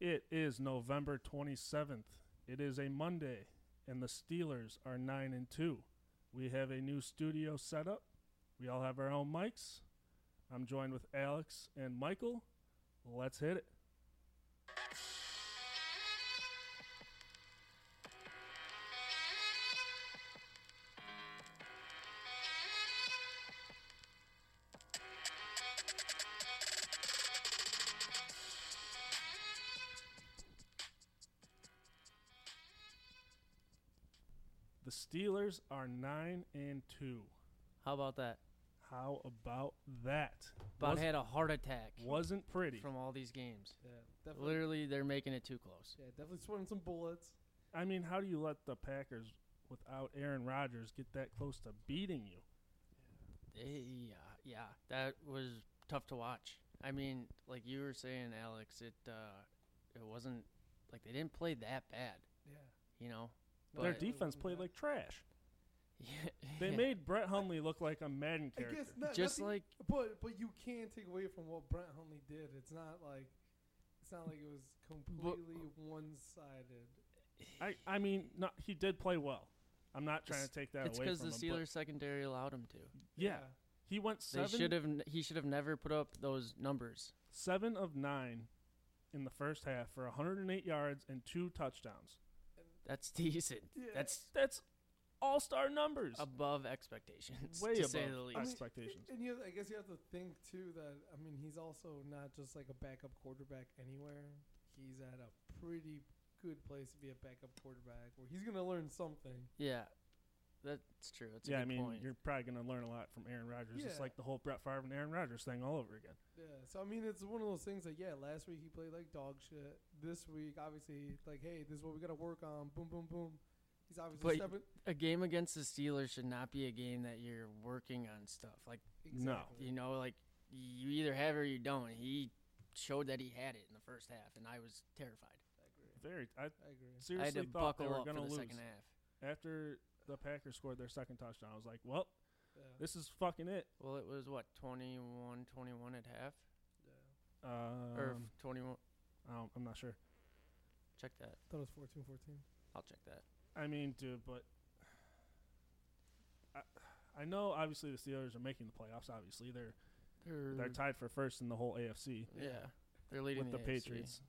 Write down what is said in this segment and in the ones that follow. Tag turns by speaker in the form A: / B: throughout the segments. A: It is November 27th. It is a Monday, and the Steelers are 9 and 2. We have a new studio set up. We all have our own mics. I'm joined with Alex and Michael. Let's hit it. The Steelers are 9 and 2.
B: How about that?
A: How about that?
B: Bob
A: Was-
B: had a heart attack
A: wasn't pretty.
B: from all these games.
C: Yeah, definitely.
B: Literally, they're making it too close.
C: Yeah, definitely swinging some bullets.
A: I mean, how do you let the Packers without Aaron Rodgers get that close to beating you?
B: Eh, Yeah, yeah, that was tough to watch. I mean, like you were saying, Alex, it uh, it wasn't like they didn't play that bad,
C: Yeah.
B: you know.
A: Their
B: But-
C: No, it really
A: defense
C: wasn't
A: played
C: bad.
A: like trash.
B: Yeah,
A: They made Brett Hundley look like a Madden
C: I
A: character.
C: guess not,
B: just
C: nothing-
B: like
C: but but you can take away from what Brent Hundley did. It's not like it's not like it was completely one sided.
A: I, I mean, no, he did play well. I'm not trying to
B: It's-
A: take that
B: it's
A: away
B: because
A: from
B: the
A: him. but
B: Steelers secondary allowed him to.
A: yeah, he went
B: They should
A: seven,
B: have. He should have never put up those numbers.
A: seven of nine in the first half for 108 yards and two touchdowns.
B: That's decent.
C: Yeah.
B: That's
A: That's all star numbers.
B: above expectations,
A: Way
B: to
A: above
B: say the least.
C: I mean,
A: expectations.
C: And you, I guess you have to think too that I mean he's also not just like a backup quarterback anywhere. He's at a pretty good place to be a backup quarterback where he's gonna learn something.
B: yeah, that's true. That's a
A: yeah, I
B: good
A: mean,
B: point.
A: you're probably going to learn a lot from Aaron Rodgers. It's
C: Yeah.
A: like the whole Brett Favre and Aaron Rodgers thing all over again.
C: Yeah, so I mean, it's one of those things that yeah, last week he played like dog shit. This week, obviously, like hey, this is what we gotta work on. Boom, boom, boom. He's
B: But-
C: obviously stepping.
B: a game against the Steelers should not be a game that you're working on stuff. Like you know, like you either have it or you don't. He showed that he had it in the first half, and I was terrified.
C: I agree.
A: Very, I
C: I agree.
A: seriously
B: I had to
A: thought they
B: buckle
A: were
B: up for
A: going to
B: the
A: lose
B: second half.
A: after the Packers scored their second touchdown. I was like, well,
C: Yeah.
A: this is fucking it.
B: Well, it was what 21-21 at half,
C: yeah.
A: Um,
B: or f- twenty-one.
A: I don't- I'm not sure.
B: Check that.
C: That was 14 14.
B: I'll check that.
A: I mean, dude, but I, I know obviously the Steelers are making the playoffs. Obviously, they're they're tied for first in the whole AFC
B: Mm-hmm. yeah, they're leading
A: with the,
B: AFC,
A: Patriots.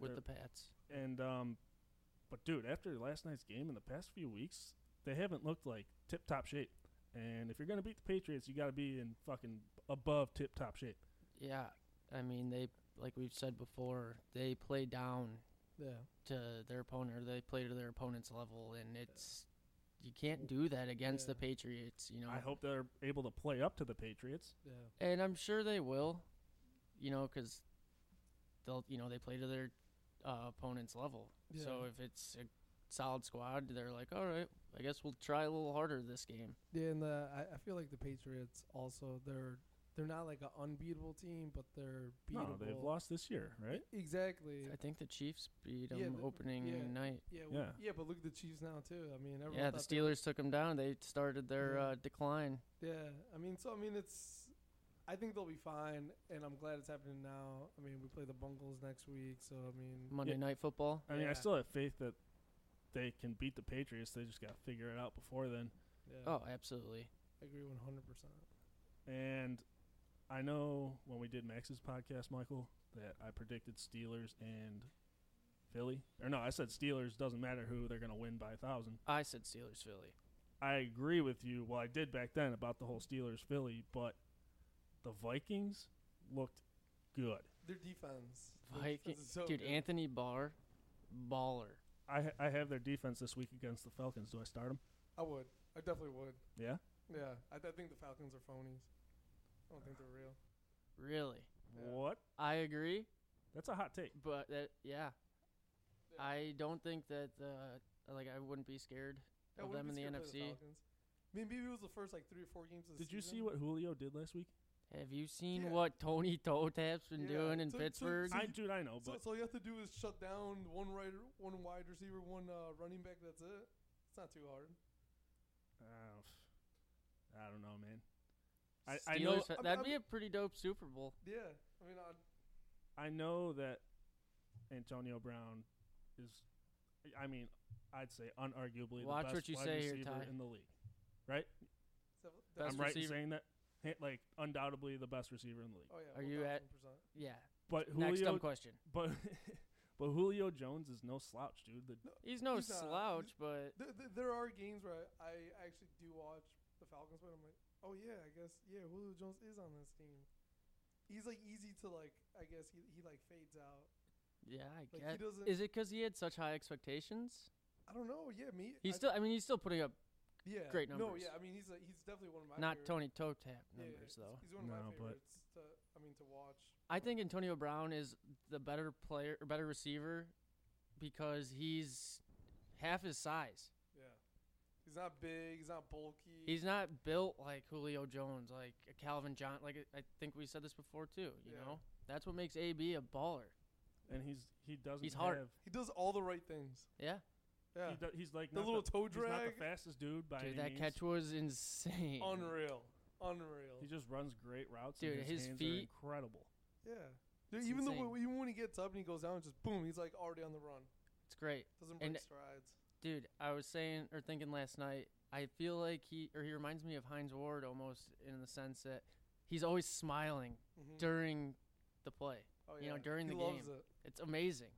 B: with
A: They're-
B: the Pats.
A: and um, but dude, after last night's game in the past few weeks, they haven't looked like tip top shape. And if you're gonna beat the Patriots, you got to be in fucking above tip top shape.
B: Yeah, I mean they like we've said before, they play down
C: Yeah.
B: to their opponent or they play to their opponent's level and it's you can't do that against the
C: Yeah.
B: Patriots, you know.
A: I hope they're able to play up to the Patriots.
C: Yeah.
B: And I'm sure they will, you know, cuz they'll you know, they play to their uh, opponent's level. So
C: Yeah.
B: if it's a solid squad, they're like, "All right, I guess we'll try a little harder this game."
C: Yeah, and the, I, I feel like the Patriots also they're they're not like an unbeatable team, but they're
A: No,
C: beatable.
A: they've lost this year, right?
C: Exactly.
B: I think the Chiefs beat them
C: Yeah, the-
B: opening
C: yeah.
B: night.
C: Yeah, w-
A: Yeah.
C: yeah, but look at the Chiefs now too. I mean, everyone
B: Yeah, the
C: thought they were-
B: Steelers took them down. They started their
C: Yeah.
B: uh, decline.
C: Yeah, I mean, so I mean, it's. I think they'll be fine, and I'm glad it's happening now. I mean, we play the Bungles next week, so I mean,
B: Monday
A: Yeah.
B: Night Football.
A: I mean, I
C: Yeah.
A: still have faith that they can beat the Patriots. They just got to figure it out before then.
C: yeah,
B: Oh, absolutely.
C: I agree 100. percent
A: And I know when we did Max's podcast, Michael, that I predicted Steelers and Philly. Or no, I said Steelers doesn't matter who they're going to win by a thousand.
B: I said Steelers Philly.
A: I agree with you. Well, I did back then about the whole Steelers Philly, but the Vikings looked good.
C: Their defense, Their
B: Viking,
C: defense is so
B: dude,
C: good.
B: Anthony Barr, baller.
A: I ha- I have their defense this week against the Falcons. Do I start them?
C: I would, I definitely would.
A: Yeah.
C: Yeah, I, I think the Falcons are phonies. I don't think they're real.
B: Really,
C: Yeah.
A: What?
B: I agree,
A: That's a hot take.
B: but that, yeah,
C: Yeah.
B: I don't think that uh, like I wouldn't be scared
C: I
B: of them
C: wouldn't
B: in
C: be
B: the
C: scared by
B: NFC.
C: Falcons. I mean, maybe it was the first like three or four games. Of the
A: Did you see
C: season.
A: what Julio did last week?
B: Have you seen
C: Yeah.
B: what Tony Totap's been
C: Yeah,
B: doing in
C: so- so-
B: Pittsburgh?
C: so-
A: I dude, I know,
C: So,
A: uh, but
C: so all you have to do is shut down one right, one wide receiver, one uh, running back. That's it. It's not too hard.
A: uh, I don't know, man. I, I know
B: Steelers-
C: I'm-
B: that'd
C: I'm-
B: be a pretty dope Super Bowl.
C: Yeah, I mean, I,
A: I know that Antonio Brown is, I mean, I'd say unarguably
B: Watch
A: the
B: what
A: best
B: you
A: wide
B: say here,
A: receiver
B: Ty.
A: in the league. Right?
C: So th-
B: Best
A: I'm right
B: receiver.
A: in saying that. Ha- Like undoubtedly the best receiver in the league.
C: oh yeah.
B: Are you at-
C: 1000%.
B: Yeah.
A: But
B: Next
A: Julio,
B: dumb question.
A: but but Julio Jones is no slouch, dude. The,
B: He's no
C: He's not-
B: slouch, but
C: There, there, there are games where I, I actually do watch the Falcons, but I'm like, oh yeah, I guess yeah, Julio Jones is on this team. He's like easy to like. I guess he he like fades out.
B: yeah, I
C: Like
B: guess.
C: he doesn't.
B: Is it because he had such high expectations?
C: I don't know. Yeah, me.
B: He's
C: I-
B: still. I mean, he's still putting up
C: yeah.
B: great
C: No,
B: numbers.
C: yeah. I mean, he's a, he's definitely one of my
B: not
C: favorite-
B: Tony Toe Tap
C: yeah, yeah,
B: numbers
C: he's-
B: though.
C: He's one of
A: No,
C: my
A: but-
C: favorites. To, I mean, to watch.
B: I think Antonio Brown is the better player, or better receiver, because he's half his size.
C: Yeah. He's not big. He's not bulky.
B: He's not built like Julio Jones, like a Calvin John. Like I I think we said this before too. You
C: Yeah.
B: know, that's what makes AB a baller.
A: and he's he doesn't
B: He's hard.
A: have
C: he does all the right things.
B: Yeah,
C: Yeah.
A: he do, he's like
C: The
A: not
C: little toe
A: He's not
C: drag.
A: the fastest dude by
B: dude,
A: any
B: that
A: means.
B: catch was insane.
C: Unreal. Unreal.
A: He just runs great routes.
B: Dude,
A: and his,
B: his
A: hands
B: feet-
A: are incredible.
C: Yeah. Dude,
B: It's
C: even though
B: insane.
C: even when he gets up and he goes down, just boom, he's like already on the run.
B: It's great.
C: Doesn't break
B: And-
C: strides.
B: Dude, I was saying or thinking last night, I feel like he or he reminds me of Heinz Ward almost in the sense that he's always smiling
C: Mhm.
B: during the play.
C: oh,
B: you know, during
C: he
B: the
C: loves
B: game.
C: It.
B: It's amazing.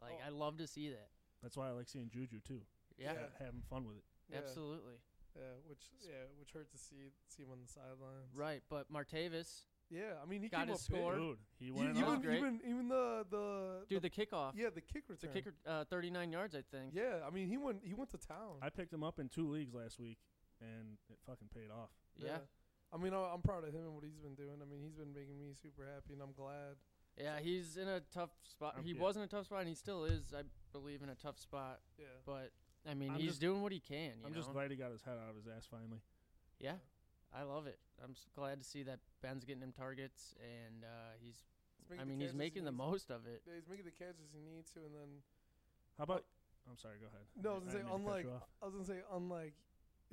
B: Like
C: Oh.
B: I love to see that.
A: That's why I like seeing Juju too.
B: Yeah,
C: Yeah.
A: Ha- having fun with it.
C: Yeah.
B: absolutely.
C: Yeah, which yeah, which hurt to see see him on the sidelines.
B: Right, but Martavis,
C: Yeah, I mean he
B: Got
C: came
B: his
C: up
B: score.
C: Big.
A: Dude, he
C: You-
A: went
B: you
A: up.
B: wouldn't-
C: even,
B: Great.
C: even even the the
B: dude, the kickoff,
C: yeah the kick return.
B: the kicker, uh, 39 yards, I think.
C: Yeah, I mean he went he went to town.
A: I picked him up in two leagues last week, and it fucking paid off.
B: Yeah,
C: I mean I- I'm proud of him and what he's been doing. I mean he's been making me super happy and I'm glad.
B: yeah, he's in a tough spot.
A: Um,
B: He
A: yeah.
B: was in a tough spot, and he still is, I believe, in a tough spot.
C: Yeah.
B: But I mean,
A: I'm
B: he's
A: just-
B: doing what he can. You
A: I'm
B: know?
A: just glad he got his head out of his ass finally.
B: Yeah, I love it. I'm s- glad to see that Ben's getting him targets, and uh, he's.
C: He's
B: I
C: making the
B: mean, he's
C: catches he
B: making the
C: needs-
B: most of it.
C: Yeah, he's making the catches he needs to, and then
A: How about? I'm sorry. Go ahead.
C: No, I was
A: I
C: gonna say
A: didn't mean to cut
C: unlike
A: you off.
C: I was gonna say unlike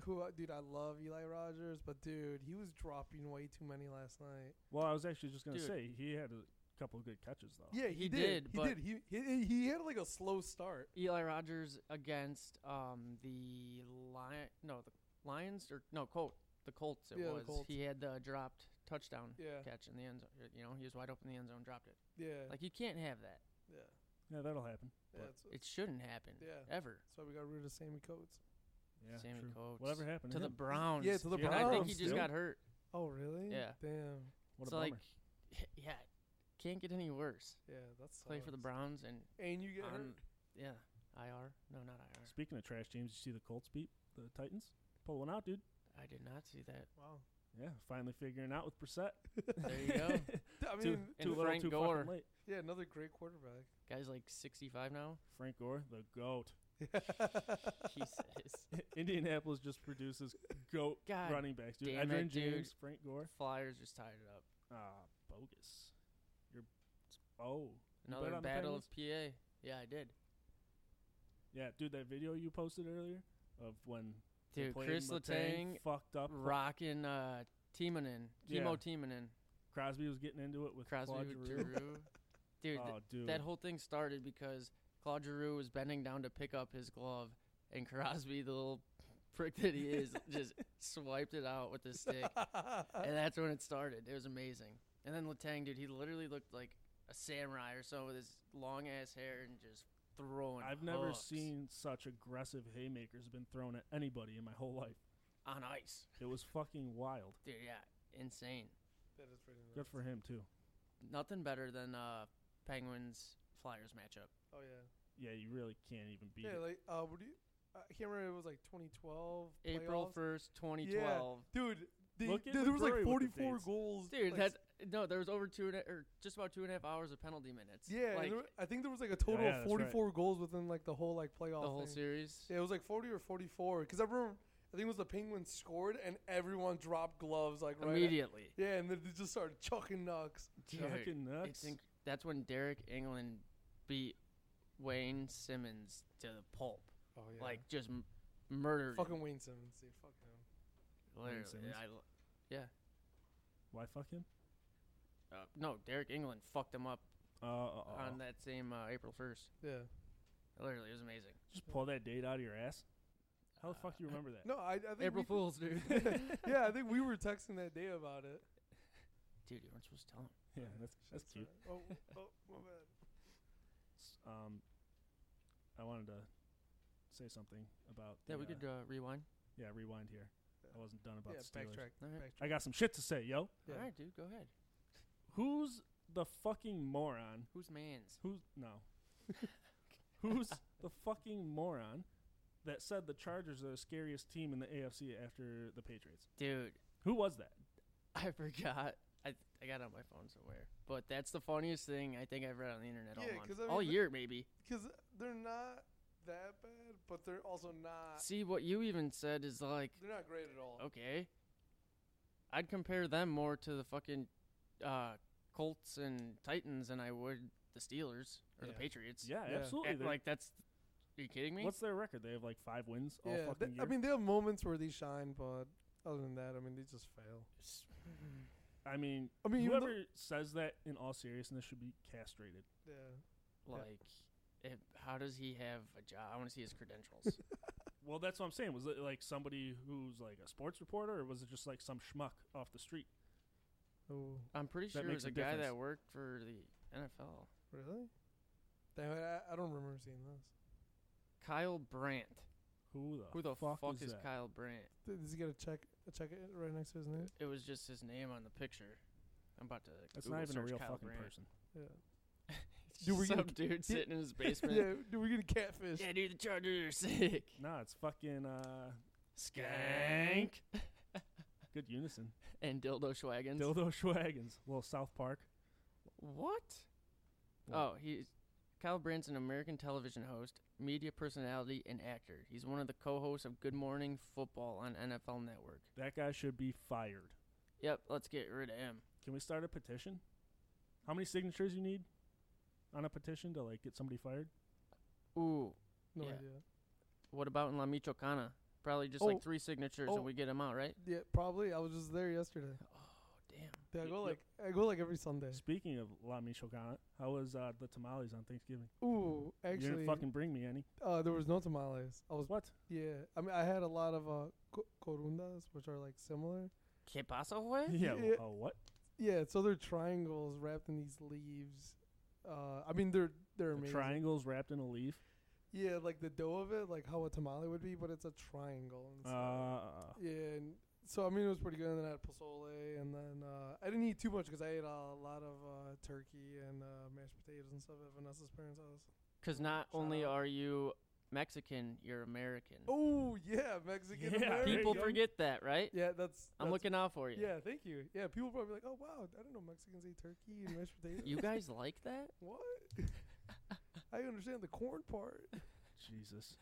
C: who I- dude I love Eli Rogers, but dude he was dropping way too many last night.
A: Well, I was actually just gonna
B: Dude.
A: say he had a couple of good catches though.
C: Yeah,
B: Oh, he did,
C: He
B: but-
C: did. He, he he had like a slow start.
B: Eli Rogers against um the lion, no the Lions or no Colt, the Colts. It
C: Yeah, the
B: was
C: Colts.
B: he had the dropped touchdown
C: Yeah,
B: catch in the end zone. You know, he was wide open in the end zone, dropped it.
C: yeah,
B: Like you can't have that.
C: yeah.
A: Yeah, that'll happen.
C: yeah
A: but
C: that's,
B: It shouldn't happen.
C: Yeah.
B: Ever.
C: that's why we got rid of Sammy Coates.
A: Yeah,
B: Sammy
A: true.
B: Coates.
A: Whatever happened
B: To
A: to,
B: the
A: him?
B: Browns.
C: Yeah, to the
A: Yeah,
B: And
C: Browns.
B: I think he just
A: Still?
B: got hurt.
C: oh really?
B: Yeah.
C: Damn.
A: What
B: it's
A: a
B: like,
A: bummer.
B: yeah, can't get any worse.
C: Yeah, that's
B: Play for the Browns and
C: And you get hurt.
B: on, yeah, IR. No, not IR.
A: Speaking of trash teams, you see the Colts beat the Titans. Pull one out, dude.
B: I did not see that.
C: Wow.
A: Yeah, finally figuring out with Brissett.
B: There you go.
C: I mean,
A: Too,
B: And
A: too little,
B: Frank
A: too
B: Gore.
A: fucking late.
C: yeah, another great quarterback.
B: Guy's like 65 now.
A: Frank Gore, the goat.
B: Jesus.
A: Indianapolis just produces goat
B: God
A: running backs, dude.
B: damn
A: Edrin
B: it, dude.
A: James, Frank Gore.
B: Flyers just tied it up.
A: Ah, bogus. You're oh bet
B: Another
A: on the
B: battle of PA. Yeah, I did.
A: yeah, dude. That video you posted earlier of when they
B: Dude,
A: played
B: Chris
A: Letang
B: Letang
A: fucked up.
B: rocking uh, Timonen.
A: Yeah.
B: Chemo Timonen.
A: Crosby was getting into it with
B: Crosby
A: Claude
B: with
A: Giroux.
B: Giroux. Dude, th-
A: oh, dude.
B: that whole thing started because Claude Giroux was bending down to pick up his glove, and Crosby, the little prick that he is, just swiped it out with his stick. and that's when it started. It was amazing. And then Letang, dude, he literally looked like a samurai or so with his long ass hair and just throwing.
A: I've never
B: hooks
A: seen such aggressive haymakers been thrown at anybody in my whole life.
B: on ice,
A: It was fucking wild.
B: dude. Yeah, insane.
C: that is pretty nice.
A: Good for him too.
B: Nothing better than uh, Penguins Flyers matchup.
C: Oh yeah.
A: Yeah, you really can't even beat
C: yeah,
A: it.
C: like uh, what do you? I can't remember. It was like 2012.
B: April
C: playoffs.
B: first, twenty twelve.
C: dude. They,
A: Look
C: there
A: into
C: there was
A: Drury
C: like
A: with the
C: 44
A: dates.
C: goals.
B: Dude,
C: like,
B: that's no. There was over two and a, or just about two and a half hours of penalty minutes.
C: yeah. and
B: like
C: there, I think there was like a total
A: yeah, that's
C: of
A: right.
C: 44 goals within like the whole like playoff.
B: the whole
C: thing.
B: series.
C: Yeah, it was like 40 or 44 because I remember I think it was the Penguins scored and everyone dropped gloves like right.
B: Immediately,
C: Yeah, and then they just started chucking nucks.
B: dude,
A: Fucking nuts.
B: it's inc- that's when Derek England beat Wayne Simmons to the pulp.
C: Oh
B: Like just m- murdered. him.
C: fucking Wayne Simmons, dude. Fuck him.
B: Literally,
A: Simmons.
B: I l-
A: Why fuck him?
B: uh, no, Derek England fucked him up
A: Uh, uh, uh,
B: on that same uh, April 1st.
C: Yeah.
B: Literally, it was amazing.
A: just pull that date out of your ass. How the fuck do you
B: Uh,
A: remember that?
C: No, I, I think
B: April
C: we-
B: Fools, dude.
C: yeah, I think we were texting that day about it.
B: Dude, you weren't supposed to tell him.
A: Yeah, that's that's cute.
C: right. Oh, oh, my bad.
A: S- Um, I wanted to say something about
B: Yeah,
A: the,
B: we
A: uh,
B: could uh, rewind.
A: yeah rewind here. I wasn't done about
C: yeah,
A: the Steelers.
C: backtrack.
B: All right.
A: I got some shit to say, yo.
C: Yeah.
B: All right, dude, go ahead.
A: Who's the fucking moron?
B: Who's man's?
A: Who's no? Who's the fucking moron that said the Chargers are the scariest team in the AFC after the Patriots?
B: Dude,
A: Who was that?
B: I forgot. I I got it on my phone somewhere. But that's the funniest thing I think I've read on the internet all
C: Yeah,
B: month.
C: 'cause I mean,
B: all
C: the-
B: year, maybe.
C: Because they're not that bad, but they're also not.
B: See, what you even said is like,
C: They're not great at all.
B: okay. I'd compare them more to the fucking uh, Colts and Titans than I would the Steelers or the
C: Yeah.
B: Patriots.
A: Yeah,
C: Yeah.
A: absolutely.
B: Act
A: They're-
B: like, that's. Are you kidding me?
A: what's their record? They have like five wins all
C: Yeah,
A: fucking
C: they-
A: year.
C: I mean, they have moments where they shine, but other than that, I mean, they just fail.
A: I mean,
C: I mean, even though-
A: whoever says that in all seriousness should be castrated.
C: Yeah.
B: like, if, how does he have a job? I want to see his credentials.
A: Well, that's what I'm saying. Was it like somebody who's like a sports reporter, or was it just like some schmuck off the street?
C: Oh,
B: I'm pretty
A: That
B: sure it
A: makes
B: was
A: a
B: a guy that
A: difference.
B: worked for the NFL.
C: really? Damn it, I, I don't remember seeing this.
B: Kyle Brandt.
A: Who the
B: Who the fuck,
A: fuck,
B: is,
A: that?
B: Kyle Brandt?
C: Th- Does he get a check? A check it right next to his name?
B: It was just his name on the picture. I'm about to.
A: That's
B: Google
A: not even a
B: search
A: real
B: Kyle
A: fucking
B: Brandt.
A: person.
C: Yeah.
B: It's
C: Dude, we're
B: just some
C: gonna-
B: dude sitting in his basement.
C: yeah. Do we get a catfish?
B: yeah, dude, the Chargers are sick.
A: Nah, it's fucking uh,
B: Skank
A: good unison.
B: and dildo schwaggins.
A: Dildo Schwaggins, little South Park.
B: what?
A: What?
B: Oh, he's Kyle Brandt's an American television host, media personality, and actor. He's one of the co-hosts of Good Morning Football on NFL Network.
A: That guy should be fired.
B: Yep, let's get rid of him.
A: Can we start a petition? How many signatures you need on a petition to like get somebody fired?
B: Ooh,
C: No
B: Yeah.
C: idea.
B: What about in La Michoacana? Probably just
C: Oh.
B: like three signatures
C: Oh.
B: and we get them out, right?
C: Yeah, probably. I was just there yesterday.
B: Oh, damn.
C: Yeah, I
A: Y-
C: go
A: yep.
C: like I go like every Sunday.
A: Speaking of La Michoacana, how was uh, the tamales on Thanksgiving?
C: Ooh,
A: you
C: actually,
A: didn't fucking bring me any.
C: uh, there was no tamales. I was
A: What?
C: yeah. I mean, I had a lot of uh, co- corundas, which are like similar.
B: ¿Qué pasa, güey?
A: Yeah.
C: Yeah.
A: Oh, what?
C: Yeah, so they're triangles wrapped in these leaves. Uh, I mean, they're they're
A: The
C: amazing.
A: triangles wrapped in a leaf.
C: yeah, like the dough of it, like how a tamale would be, but it's a triangle.
A: Uh,
C: inside. yeah, and so I mean, it was pretty good. And then I had pozole, and then uh, I didn't eat too much because I ate a lot of uh, turkey and uh, mashed potatoes and stuff at Vanessa's parents' house.
B: Because not
C: Shout
B: only
C: out.
B: are you Mexican, you're American.
C: Oh yeah, Mexican.
A: Yeah, there you
B: People
A: go.
B: forget that, right?
C: Yeah, that's.
B: I'm
C: that's-
B: looking out for you.
C: Yeah, thank you. Yeah, people probably like, oh wow, I didn't know Mexicans eat turkey and mashed potatoes.
B: You guys like that?
C: what? I understand the corn part.
A: Jesus.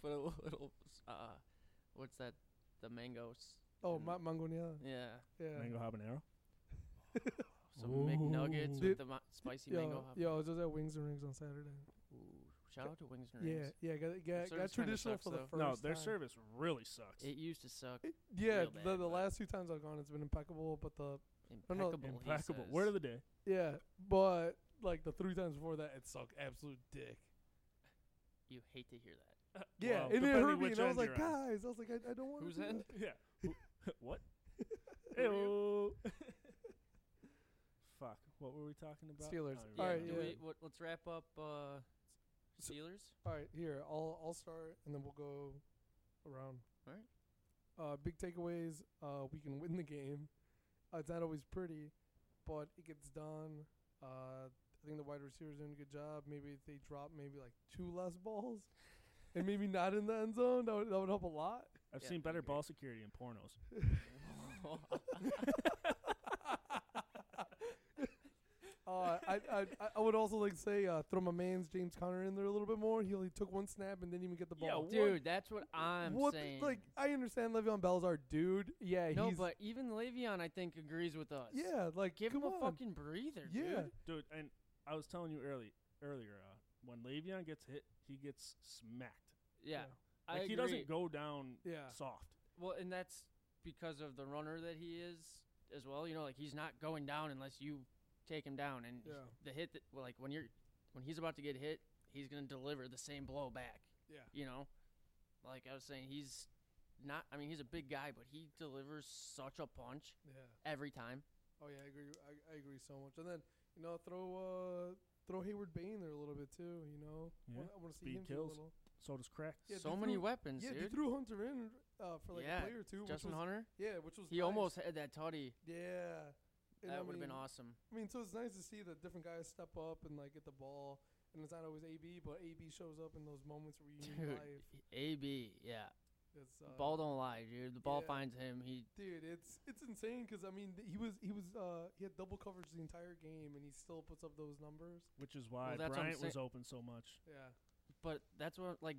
B: Put a little, uh, what's that? The mangoes.
C: Oh,
B: Mm.
C: ma- mangonada.
B: Yeah.
C: Yeah.
A: Mango habanero.
B: Some
A: Ooh.
B: McNuggets
C: Dude,
B: with the ma- spicy
C: yo,
B: mango.
C: yo, I was just at Wings and Rings on Saturday.
B: Ooh, shout out to Wings and
C: Yeah,
B: Rings.
C: yeah, got
B: Their
C: got,
B: service
C: got
B: kinda
C: traditional
B: sucks,
C: for the
B: though.
C: first.
A: No, their
C: time.
A: service really sucks.
B: It used to suck.
C: It- yeah,
B: real
C: the
B: bad,
C: the
B: but-
C: last two times I've gone, it's been impeccable. But the no,
B: Impeccable. he
A: Impeccable.
B: says.
A: Word of the day.
C: yeah, but like the three times before that, it sucked. Absolute dick.
B: you hate to hear that.
C: Yeah,
A: Well,
C: and it
A: depending
C: hurt me,
A: which
C: and I
A: end
C: was like, "Ah."
A: you're on.
C: guys, I was like, I, I don't want.
B: Whose
C: do
B: end?
C: that."
A: Yeah. Wh- what?
C: Who are you?
A: Ew. Fuck. What were we talking about?
C: Steelers.
A: Oh,
C: All
B: Yeah,
C: right,
B: do
C: yeah.
B: we, what, let's wrap up uh,
C: So-
B: Steelers.
C: All right, here I'll I'll start, and then we'll go around.
B: All right.
C: Uh, big takeaways. Uh, we can win the game. Uh, it's not always pretty, but it gets done. Uh, I think the wide receivers doing a good job. Maybe if they drop maybe like two less balls, and maybe not in the end zone. That would, that would help a lot.
A: I've
B: Yeah,
A: seen
B: I
A: better
B: agree.
A: ball security in pornos.
C: Uh, I, I I- I would also like to say uh, throw my man's James Conner in there a little bit more. He only took one snap and didn't even get the
A: Yeah,
C: ball.
A: what-
B: Dude, that's what I'm
C: what the-
B: saying.
C: like I understand Le'Veon Bell's our dude. Yeah,
B: no,
C: he's
B: but even Le'Veon, I think, agrees with us.
C: yeah, like
B: Give
C: come
B: him a
C: on.
B: fucking breather,
C: yeah.
B: dude.
A: Dude, and I was telling you early earlier, uh, when Le'Veon gets hit, he gets smacked.
B: Yeah.
C: Yeah.
B: I
A: Like
B: agree.
A: he doesn't go down
C: Yeah.
A: soft.
B: Well, and that's because of the runner that he is as well. You know, like he's not going down unless you take him down. And
C: Yeah.
B: the hit that well, like when you're when he's about to get hit, he's gonna deliver the same blow back.
C: Yeah.
B: You know, like I was saying, he's not. I mean, he's a big guy, but he delivers such a punch
C: Yeah.
B: every time.
C: Oh yeah, I agree. I, I agree so much. And then you know, throw uh, throw Hayward Bain there a little bit too. You know,
A: Yeah.
C: Wanna- I want to see
A: Speed
C: him do
A: kills.
C: A little.
A: So does Crack.
C: Yeah,
B: so
C: they
B: many
C: threw-
B: weapons,
C: Yeah, they
B: dude.
C: threw Hunter in uh, for like
B: Yeah,
C: a play or two. which
B: Justin
C: was,
B: Hunter,
C: Yeah, which was
B: he
C: nice.
B: almost had that tutty.
C: yeah. And I
B: that would have
C: mean,
B: been awesome.
C: I mean, so it's nice to see that different guys step up and like get the ball. And it's not always AB, but AB shows up in those moments where you need
B: Dude,
C: life.
B: AB, yeah.
C: It's, uh,
B: ball don't lie, dude. The ball
C: yeah.
B: finds him. He
C: Dude, it's it's insane because I mean th- he was he was uh, he had double coverage the entire game and he still puts up those numbers.
A: Which is why
B: that's what I'm
A: Bryant was
B: saying.
A: open so much.
C: Yeah,
B: But that's what like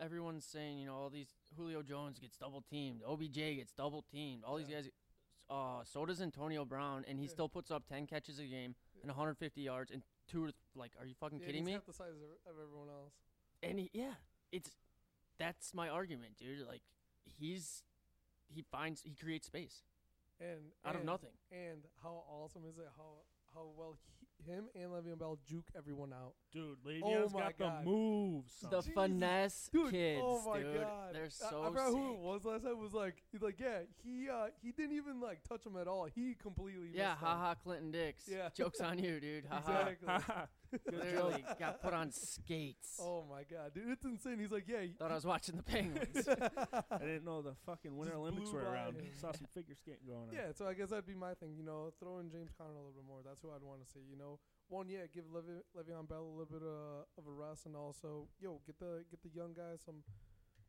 B: everyone's saying. You know, all these Julio Jones gets double teamed, OBJ gets double teamed. All
C: Yeah.
B: these guys. Uh, so does Antonio Brown, and he
C: Yeah.
B: still puts up ten catches a game and 150 yards and two. Or th- like, are you fucking
C: yeah
B: kidding
C: he's
B: me?
C: Half the size of, of everyone else.
B: And he, yeah, it's that's my argument, dude. Like he's he finds he creates space
C: And
B: out of
C: and-
B: nothing.
C: And how awesome is it? How how well he, him and Le'Veon Bell juke everyone out.
A: Dude, Le'Veon's
C: Oh my
A: got
C: God.
A: the moves.
B: The
C: Jesus.
B: finesse
C: Dude,
B: kids,
C: oh my
B: dude.
C: god, I-
B: They're so
C: I, forgot who
B: sick.
C: it was last time. It was like he's like yeah, he uh, he didn't even like touch him at all. He completely
B: Yeah,
C: missed him.
B: haha, Clinton Dix.
C: Yeah.
B: Jokes on you, dude. Haha.
C: Exactly.
B: Literally got put on skates.
C: Oh my god, dude, it's insane. He's like yeah, he-
B: Thought I was watching the Penguins.
A: I didn't know the fucking Winter
C: Just
A: Olympics
C: blew
A: were
C: by
A: around.
C: him.
A: Saw some figure skating going on.
C: Yeah, so I guess that'd be my thing. You know, throw in James Conner a little bit more. That's who I'd want to see. You know, one, yeah, give Le'Ve- Le'Veon Bell a little bit uh, of a rest, and also, yo, get the get the young guys some,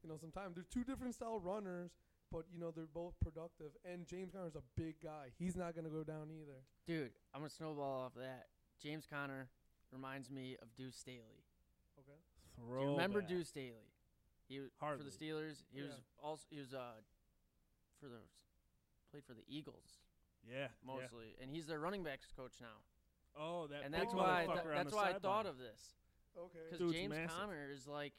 C: you know, some time. They're two different style runners, but you know they're both productive. And James Conner's a big guy. He's not gonna go down either.
B: Dude, I'm going to snowball off that. James Conner reminds me of Deuce Staley.
C: Okay.
A: Throw
B: Do you remember
A: back.
B: Deuce Staley? He w- for
A: Hardly.
B: the Steelers. He was
C: Yeah.
B: also he was uh for the played for the Eagles
A: Yeah. yeah.
B: mostly, and he's their running backs coach now.
A: Oh, that
B: and
A: big
B: that's why I
A: motherfucker
B: th-
A: on
B: that's
A: the
B: why I
A: sideline.
B: thought of this
C: Okay.
B: because
A: Dude's
B: James
A: massive.
B: Conner is like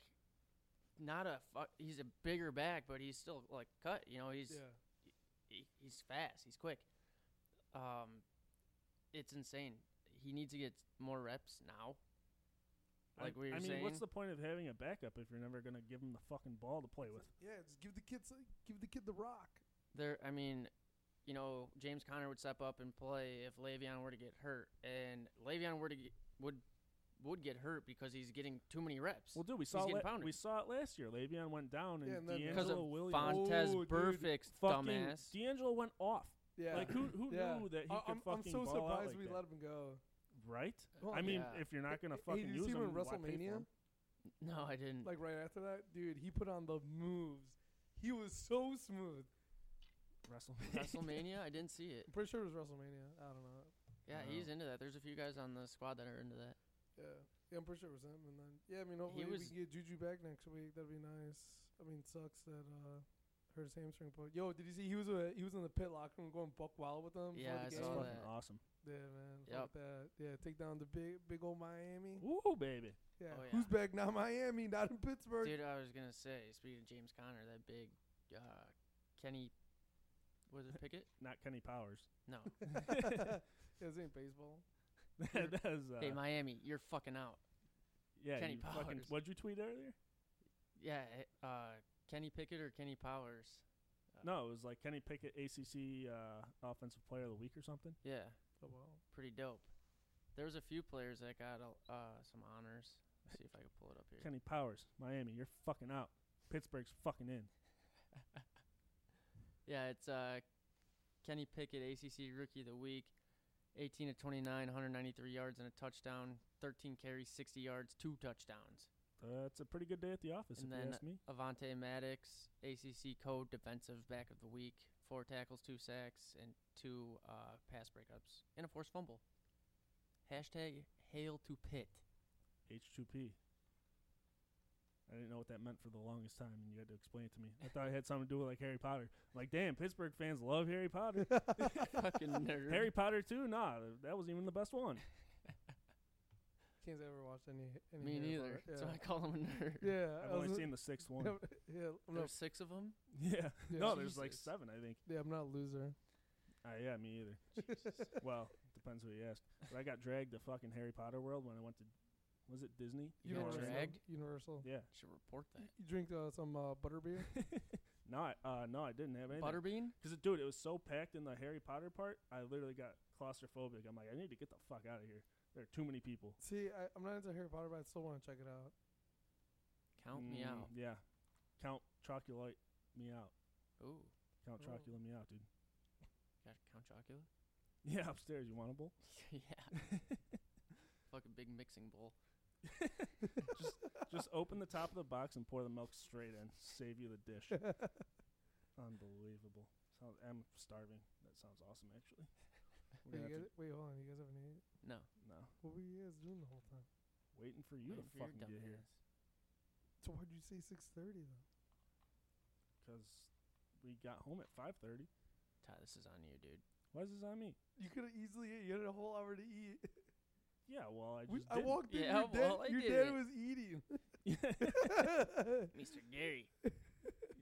B: not a fu- he's a bigger back, but he's still like cut. You know, he's
C: Yeah.
B: he, he's fast. He's quick. Um, it's insane. He needs to get more reps now.
A: I-
B: like we
A: I
B: were
A: mean, what's
B: saying.
A: the point of having a backup if you're never gonna give him the fucking ball to play with?
C: Yeah, just give the kids like, give the kid the rock.
B: There, I mean, you know, James Conner would step up and play if Le'Veon were to get hurt, and Le'Veon were to get, would would get hurt because he's getting too many reps.
A: Well, dude, we saw
B: getting
A: la-
B: pounded.
A: we saw it last year. Le'Veon went down, and,
C: Yeah, and then-
B: because of
A: D'Angelo Williams,
B: Fontez
C: Oh, dude.
B: Burfict's
A: fucking
B: dumbass.
A: D'Angelo went off.
C: Yeah.
A: Like who who
C: Yeah.
A: knew that he
C: I-
A: could
C: I'm,
A: fucking
C: I'm so
A: ball out
C: surprised
A: like
C: we
A: that?
C: let him go.
A: right?
C: Well,
A: I mean,
B: yeah.
A: if you're not gonna
C: Hey,
A: fucking
C: did you
A: use
C: see
A: him,
C: him in
A: why pay for
C: WrestleMania?
A: him?
B: no, I didn't.
C: like right after that, dude, he put on the moves. He was so smooth.
A: WrestleMania.
B: WrestleMania, I didn't see it.
C: I'm pretty sure it was WrestleMania. I don't know.
B: Yeah,
A: No.
B: he's into that. There's a few guys on the squad that are into that.
C: Yeah, yeah, I'm pretty sure it was him. And then, yeah, I mean, hopefully
B: was-
C: we can get Juju back next week. That'd be nice. I mean, sucks that uh, hurt his hamstring, but yo, did you see he was uh, he was in the pit locker room going buck wild with them?
B: Yeah, I
C: before the
A: That's
B: saw
C: game?
A: fucking
B: that.
A: awesome.
C: Yeah, man.
B: Yep.
C: Fuck that. Yeah, take down the big big old Miami.
A: Ooh, baby.
C: Yeah.
B: Oh, yeah.
C: Who's back now? Miami, not in Pittsburgh.
B: Dude, I was gonna say, speaking of James Conner, that big uh, Kenny, was it Pickett?
A: Not Kenny Powers.
B: No,
C: yeah, this ain't baseball.
A: that is, uh,
B: hey Miami, you're fucking out.
A: yeah, you
B: Kenny
A: fucking,
B: Powers.
A: what'd you tweet earlier?
B: Yeah, eh, uh, Kenny Pickett or Kenny Powers? Uh,
A: No, it was like Kenny Pickett, ACC uh, Offensive Player of the Week or something.
B: Yeah,
C: Oh wow.
B: pretty dope. There was a few players that got a- uh, some honors. Let's see if I can pull it up here.
A: Kenny Powers, Miami, you're fucking out. Pittsburgh's fucking in.
B: Yeah, it's uh, Kenny Pickett, ACC Rookie of the Week, 18 to 29, 193 yards and a touchdown, 13 carries, 60 yards, two touchdowns.
A: That's a pretty good day at the office,
B: And
A: if you
B: then-
A: ask me.
B: Avante Maddox, ACC code defensive back of the week, four tackles, two sacks, and two uh, pass breakups, and a forced fumble. Hashtag hail to Pitt.
A: H2P. I didn't know what that meant for the longest time, and you had to explain it to me. I thought it had something to do with like Harry Potter. Like, damn, Pittsburgh fans love Harry Potter.
B: Fucking nerd.
A: Harry Potter too? Nah, that wasn't even the best one.
C: Can't say I ever watched any. any
B: Me
C: Harry
B: neither.
C: Potter.
B: So I call him a nerd.
C: Yeah. yeah
A: I've
C: I
A: only
C: was-
A: seen the sixth one.
C: Yeah, yeah, I'm not
B: There's six of them.
A: Yeah.
C: Yeah.
A: No, there's like
B: Jesus.
A: seven, I think.
C: Yeah, I'm not a loser.
A: Uh, yeah, me either. Well, Depends who you ask. But I got dragged to fucking Harry Potter World when I went to, was it Disney?
B: You got
A: Orlando?
B: dragged?
C: Universal.
A: Yeah.
B: Should report
C: You,
B: that.
C: you drink uh, some uh, butterbeer?
A: No, I, uh, no, I didn't have anything.
B: Butterbean?
A: Because, dude, it was so packed in the Harry Potter part, I literally got claustrophobic. I'm like, I need to get the fuck out of here. There are too many people.
C: See, I, I'm not into Harry Potter, but I still want to check it out.
B: Count me
A: Mm,
B: out.
A: Yeah. Count Chocolate me out.
B: Ooh,
A: Count
C: Oh.
A: Chocula me out, dude.
B: got Count Chocula?
A: Yeah, upstairs. You want a bowl?
B: yeah. Fucking big mixing bowl.
A: Just open the top of the box and pour the milk straight in. Save you the dish. Unbelievable. Sounds, I'm starving. That sounds awesome, actually. We're
C: Wait, you
A: gonna have to-
C: guys, wait, hold on. You guys haven't ate?
B: No.
A: no,
C: What were you guys doing the whole time?
A: waiting for you to
B: waiting for your
A: fucking
B: dumb
A: get here
B: ass.
C: So why'd you say 6.30, though?
A: because we got home at 5:30.
B: Ty, this is on you, dude.
A: Why is this on me?
C: You could have easily ate. You had a whole hour to eat.
A: Yeah, well, I just
C: We, I
A: didn't.
C: walked in.
B: Yeah,
C: your dad,
B: well, I
C: your
B: did
C: dad
B: it.
C: was eating.
B: Mr. Gary.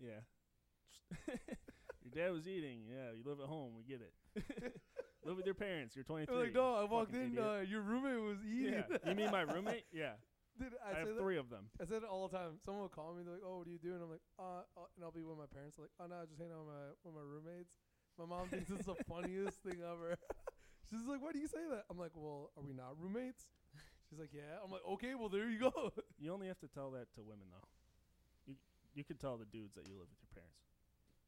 A: Yeah. your dad was eating. Yeah, you live at home. We get it. live with your parents. You're 23.
C: I'm like, no, I walked
A: fucking
C: in.
A: idiot.
C: Uh, your roommate was eating.
A: yeah. You mean my roommate? Yeah.
C: Dude, I,
A: I,
C: say
A: have
C: that,
A: three of them.
C: I said it all the time. Someone will call me. They're like, "Oh, what are you doing?" I'm like, "Uh," uh," and I'll be with my parents. Like, "Oh no, I just hanging out with my with my roommates." My mom thinks it's the funniest thing ever. She's like, "Why do you say that?" I'm like, "Well, are we not roommates?" She's like, "Yeah." I'm like, "Okay, well there you go." Oh,
A: You only have to tell that to women, though. You you could tell the dudes that you live with your parents.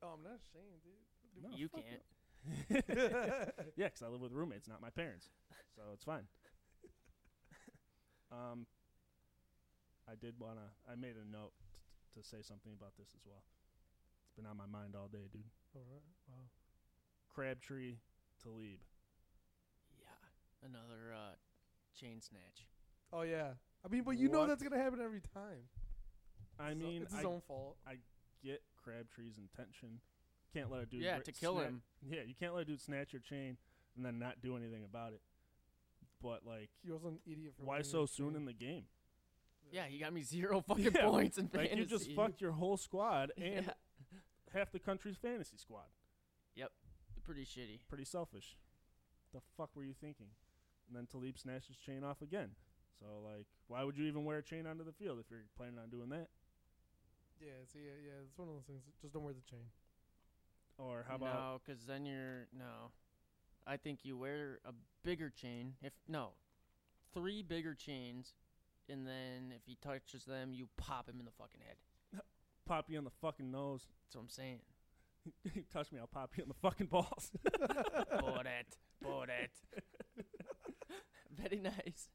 C: oh, I'm not ashamed, dude.
A: No,
B: you
A: fuck
B: can't.
C: Dude.
A: Yeah, 'cause I live with roommates, not my parents. So it's fine. um, I did want to, I made a note t- to say something about this as well. It's been on my mind all day, dude.
C: all right. Wow.
A: Crabtree, Talib.
B: Yeah. Another uh, chain snatch.
C: Oh yeah. I mean, but you know
A: What?
C: that's gonna happen every time.
A: I
C: It's his o-
A: mean,
C: it's his
A: I
C: own fault.
A: get Crabtree's intention. Can't let a dude.
B: yeah,
A: ri-
B: to kill
A: sna-
B: him.
A: Yeah, you can't let a dude snatch your chain and then not do anything about it. But like,
C: You're also an idiot for
A: why so soon in the game?
B: Yeah, he got me zero fucking
A: Yeah,
B: points in fantasy.
A: Like you just fucked your whole squad and
B: Yeah,
A: half the country's fantasy squad.
B: pretty shitty.
A: Pretty selfish. The fuck were you thinking? And then Talib snatched his chain off again. So like, why would you even wear a chain onto the field if you're planning on doing that?
C: Yeah, see, yeah, yeah, it's one of those things. Just don't wear the chain.
A: Or how about
B: no? Because then you're no. I think you wear a bigger chain. If no, three bigger chains, and then if he touches them, you pop him in the fucking head.
A: pop you on the fucking nose?
B: That's what I'm saying.
A: Touch me, I'll pop you on the fucking balls.
B: Bought it. Bought it. Very nice.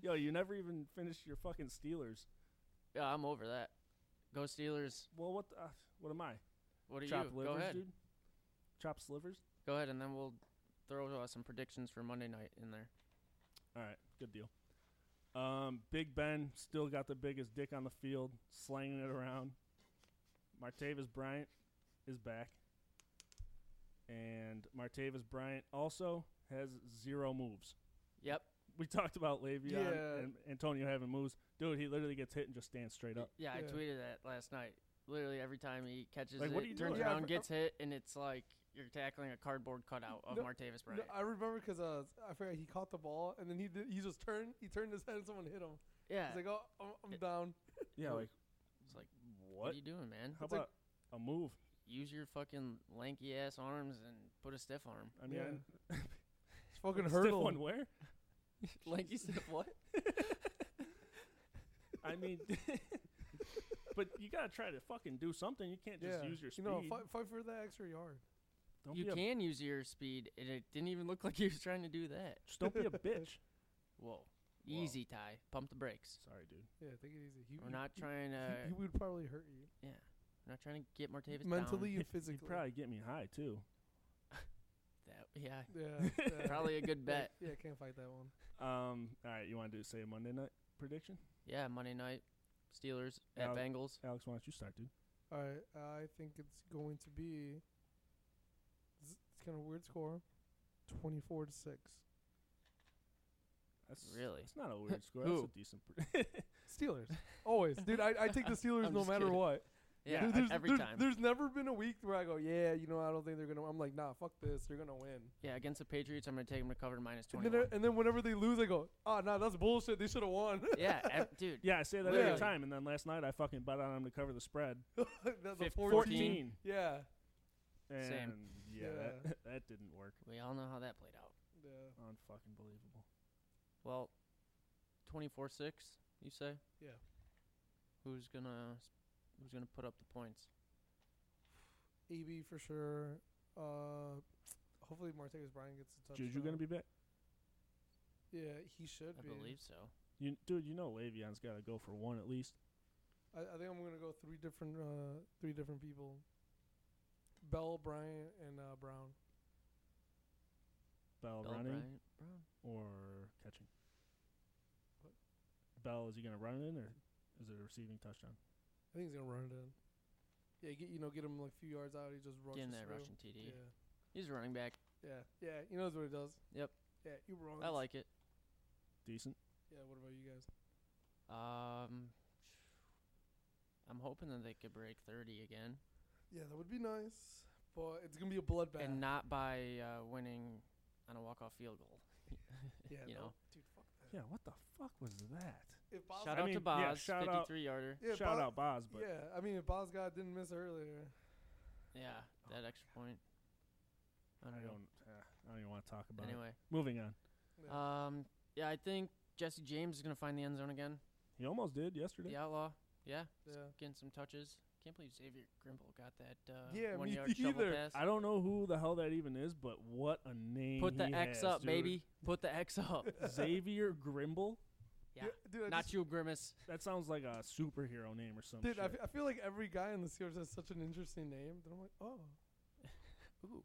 A: Yo, you never even finished your fucking Steelers.
B: Yeah, I'm over that. Go Steelers.
A: Well, what the, uh, what am I?
B: What are
A: Chop
B: you?
A: livers,
B: Go ahead.
A: dude. Chop slivers.
B: Go ahead, and then we'll throw uh, some predictions for Monday night in there.
A: All right, good deal. Um, Big Ben still got the biggest dick on the field, slanging it around. Martavis Bryant is back, and Martavis Bryant also has zero moves.
B: Yep.
A: We talked about Le'Veon
C: Yeah.
A: and Antonio having moves. Dude, he literally gets hit and just stands straight up.
B: Yeah, I
C: Yeah.
B: tweeted that last night. Literally every time he catches
A: Like,
B: it,
A: what are you
B: turns
A: doing?
C: Yeah,
B: around,
C: I've-
B: gets hit, and it's like you're tackling a cardboard cutout of
C: No,
B: Martavis
C: No,
B: Bryant.
C: I remember because uh, I forgot he caught the ball and then he did, he just turned he turned his head and someone hit him.
B: yeah,
C: He's like, oh, I'm, I'm down.
A: Yeah, like
B: it's like what?
A: what?
B: are you doing, man?
A: How
C: it's like-
A: about a move?
B: Use your fucking lanky ass arms and put a stiff arm.
A: I mean, I-
C: Yeah. It's fucking
A: stiff
C: hurdle.
A: one where?
B: lanky stiff what?
A: I mean, but you gotta try to fucking do something. You can't just
C: yeah.
A: use your speed.
C: You know, fight, fight for that extra yard.
A: Don't
B: you
A: be a
B: can use your speed, and it didn't even look like he was trying to do that.
A: Just don't be a bitch.
B: Whoa. Easy, Ty. Pump the brakes.
A: Sorry, dude.
C: Yeah, take it easy. He,
B: We're
C: he-
B: not
C: he-
B: trying to.
C: He, he would probably hurt you
B: yeah, we're not trying to get Martavis down.
C: mentally and
A: You
C: physically.
A: probably get me high too.
B: That, yeah,
C: yeah, yeah.
B: probably a good
C: Yeah,
B: bet.
C: Yeah, can't fight that one.
A: Um. All right, you want to do say a Monday night prediction?
B: Yeah, Monday night, Steelers
A: Yeah.
B: at Bengals.
A: Alex, why don't you start, dude?
C: All right, I think it's going to be. It's, it's kind of weird score, twenty-four to six.
A: That's
B: Really?
A: It's not a weird score.
B: Who?
A: That's a decent. Pre-
C: Steelers, always, dude. I, I take the Steelers
B: I'm
C: no
B: just
C: matter
B: kidding.
C: what.
B: Yeah,
C: There- there's,
B: every
C: there's-
B: time.
C: There's never been a week where I go, yeah, you know, I don't think they're gonna. I'm like, nah, fuck this, they're gonna win.
B: yeah, against the Patriots, I'm gonna take them to cover minus
C: And
B: twenty.
C: then, and then whenever they lose, I go, oh, nah, that's bullshit. They should have won.
B: yeah, ev- dude.
A: Yeah, I say that
C: Literally.
A: every time. And then last night I fucking bet on him to cover the spread.
C: that's a
B: Fif-
C: 14.
B: 14.
C: Yeah.
A: And
B: Same.
A: Yeah,
C: Yeah.
A: That, that didn't work.
B: We all know how that played out.
C: yeah.
A: Unfucking believable.
B: Well, twenty-four six. You say?
C: Yeah.
B: Who's gonna s- Who's gonna put up the points?
C: AB E for sure. Uh, hopefully Martavis Bryant gets a touchdown.
A: Juju you gonna be back?
C: Yeah, he should
B: I
C: be.
B: believe so.
A: You, dude, you know Le'Veon's got to go for one at least.
C: I, I think I'm gonna go three different, uh, three different people. Bell, Bryant, and uh, Brown.
A: Bell,
B: Bill
A: running
B: Bryant Brown.
A: or catching. Bell, is he gonna run in or is it a receiving touchdown?
C: I think he's gonna run it in. Yeah, get you know, get him like a few yards out. He just rushes
B: Getting that
C: through.
B: rushing TD.
C: Yeah,
B: He's a running back.
C: yeah, yeah. He knows what he does.
B: Yep.
C: Yeah, you wrong.
B: I like it.
A: Decent.
C: Yeah, what about you guys?
B: Um, I'm hoping that they could break 30 again,
C: Yeah, that would be nice, but it's gonna be a bloodbath.
B: and not by uh, winning on a walk-off field goal.
C: yeah,
B: you
C: no.
B: know.
C: dude, fuck that.
A: Yeah, what the fuck was that?
C: If Boz,
B: Shout
A: I
B: out to
A: mean,
B: Boz,
A: yeah, shout out-
B: 53 yarder.
C: yeah,
A: Shout
C: Boz-
A: out Boz, but
C: yeah, I mean, if Boz God didn't miss earlier,
B: Yeah, that extra point. I
A: Oh. I
B: don't
A: don't. eh,
B: know.
A: I don't even want to talk about
B: Anyway,
A: it. Moving on.
C: Yeah.
B: um, yeah, I think Jesse James is gonna find the end zone again.
A: He almost did yesterday.
B: The outlaw. Yeah,
C: yeah.
B: getting some touches. Can't believe Xavier Grimble got that uh,
C: Yeah, me
B: one-yard shovel
C: either.
B: pass.
A: I don't know who the hell that even is, but what a name!
B: Put the
A: he
B: X
A: has,
B: up,
A: dude.
B: baby. Put the X up.
A: Xavier Grimble.
B: Yeah.
C: dude, I
B: Not
C: just-
B: you, Grimace.
A: That sounds like a superhero name or something.
C: Dude, I, f- I feel like every guy in the Seahawks has such an interesting name. That I'm like, oh,
B: Ooh.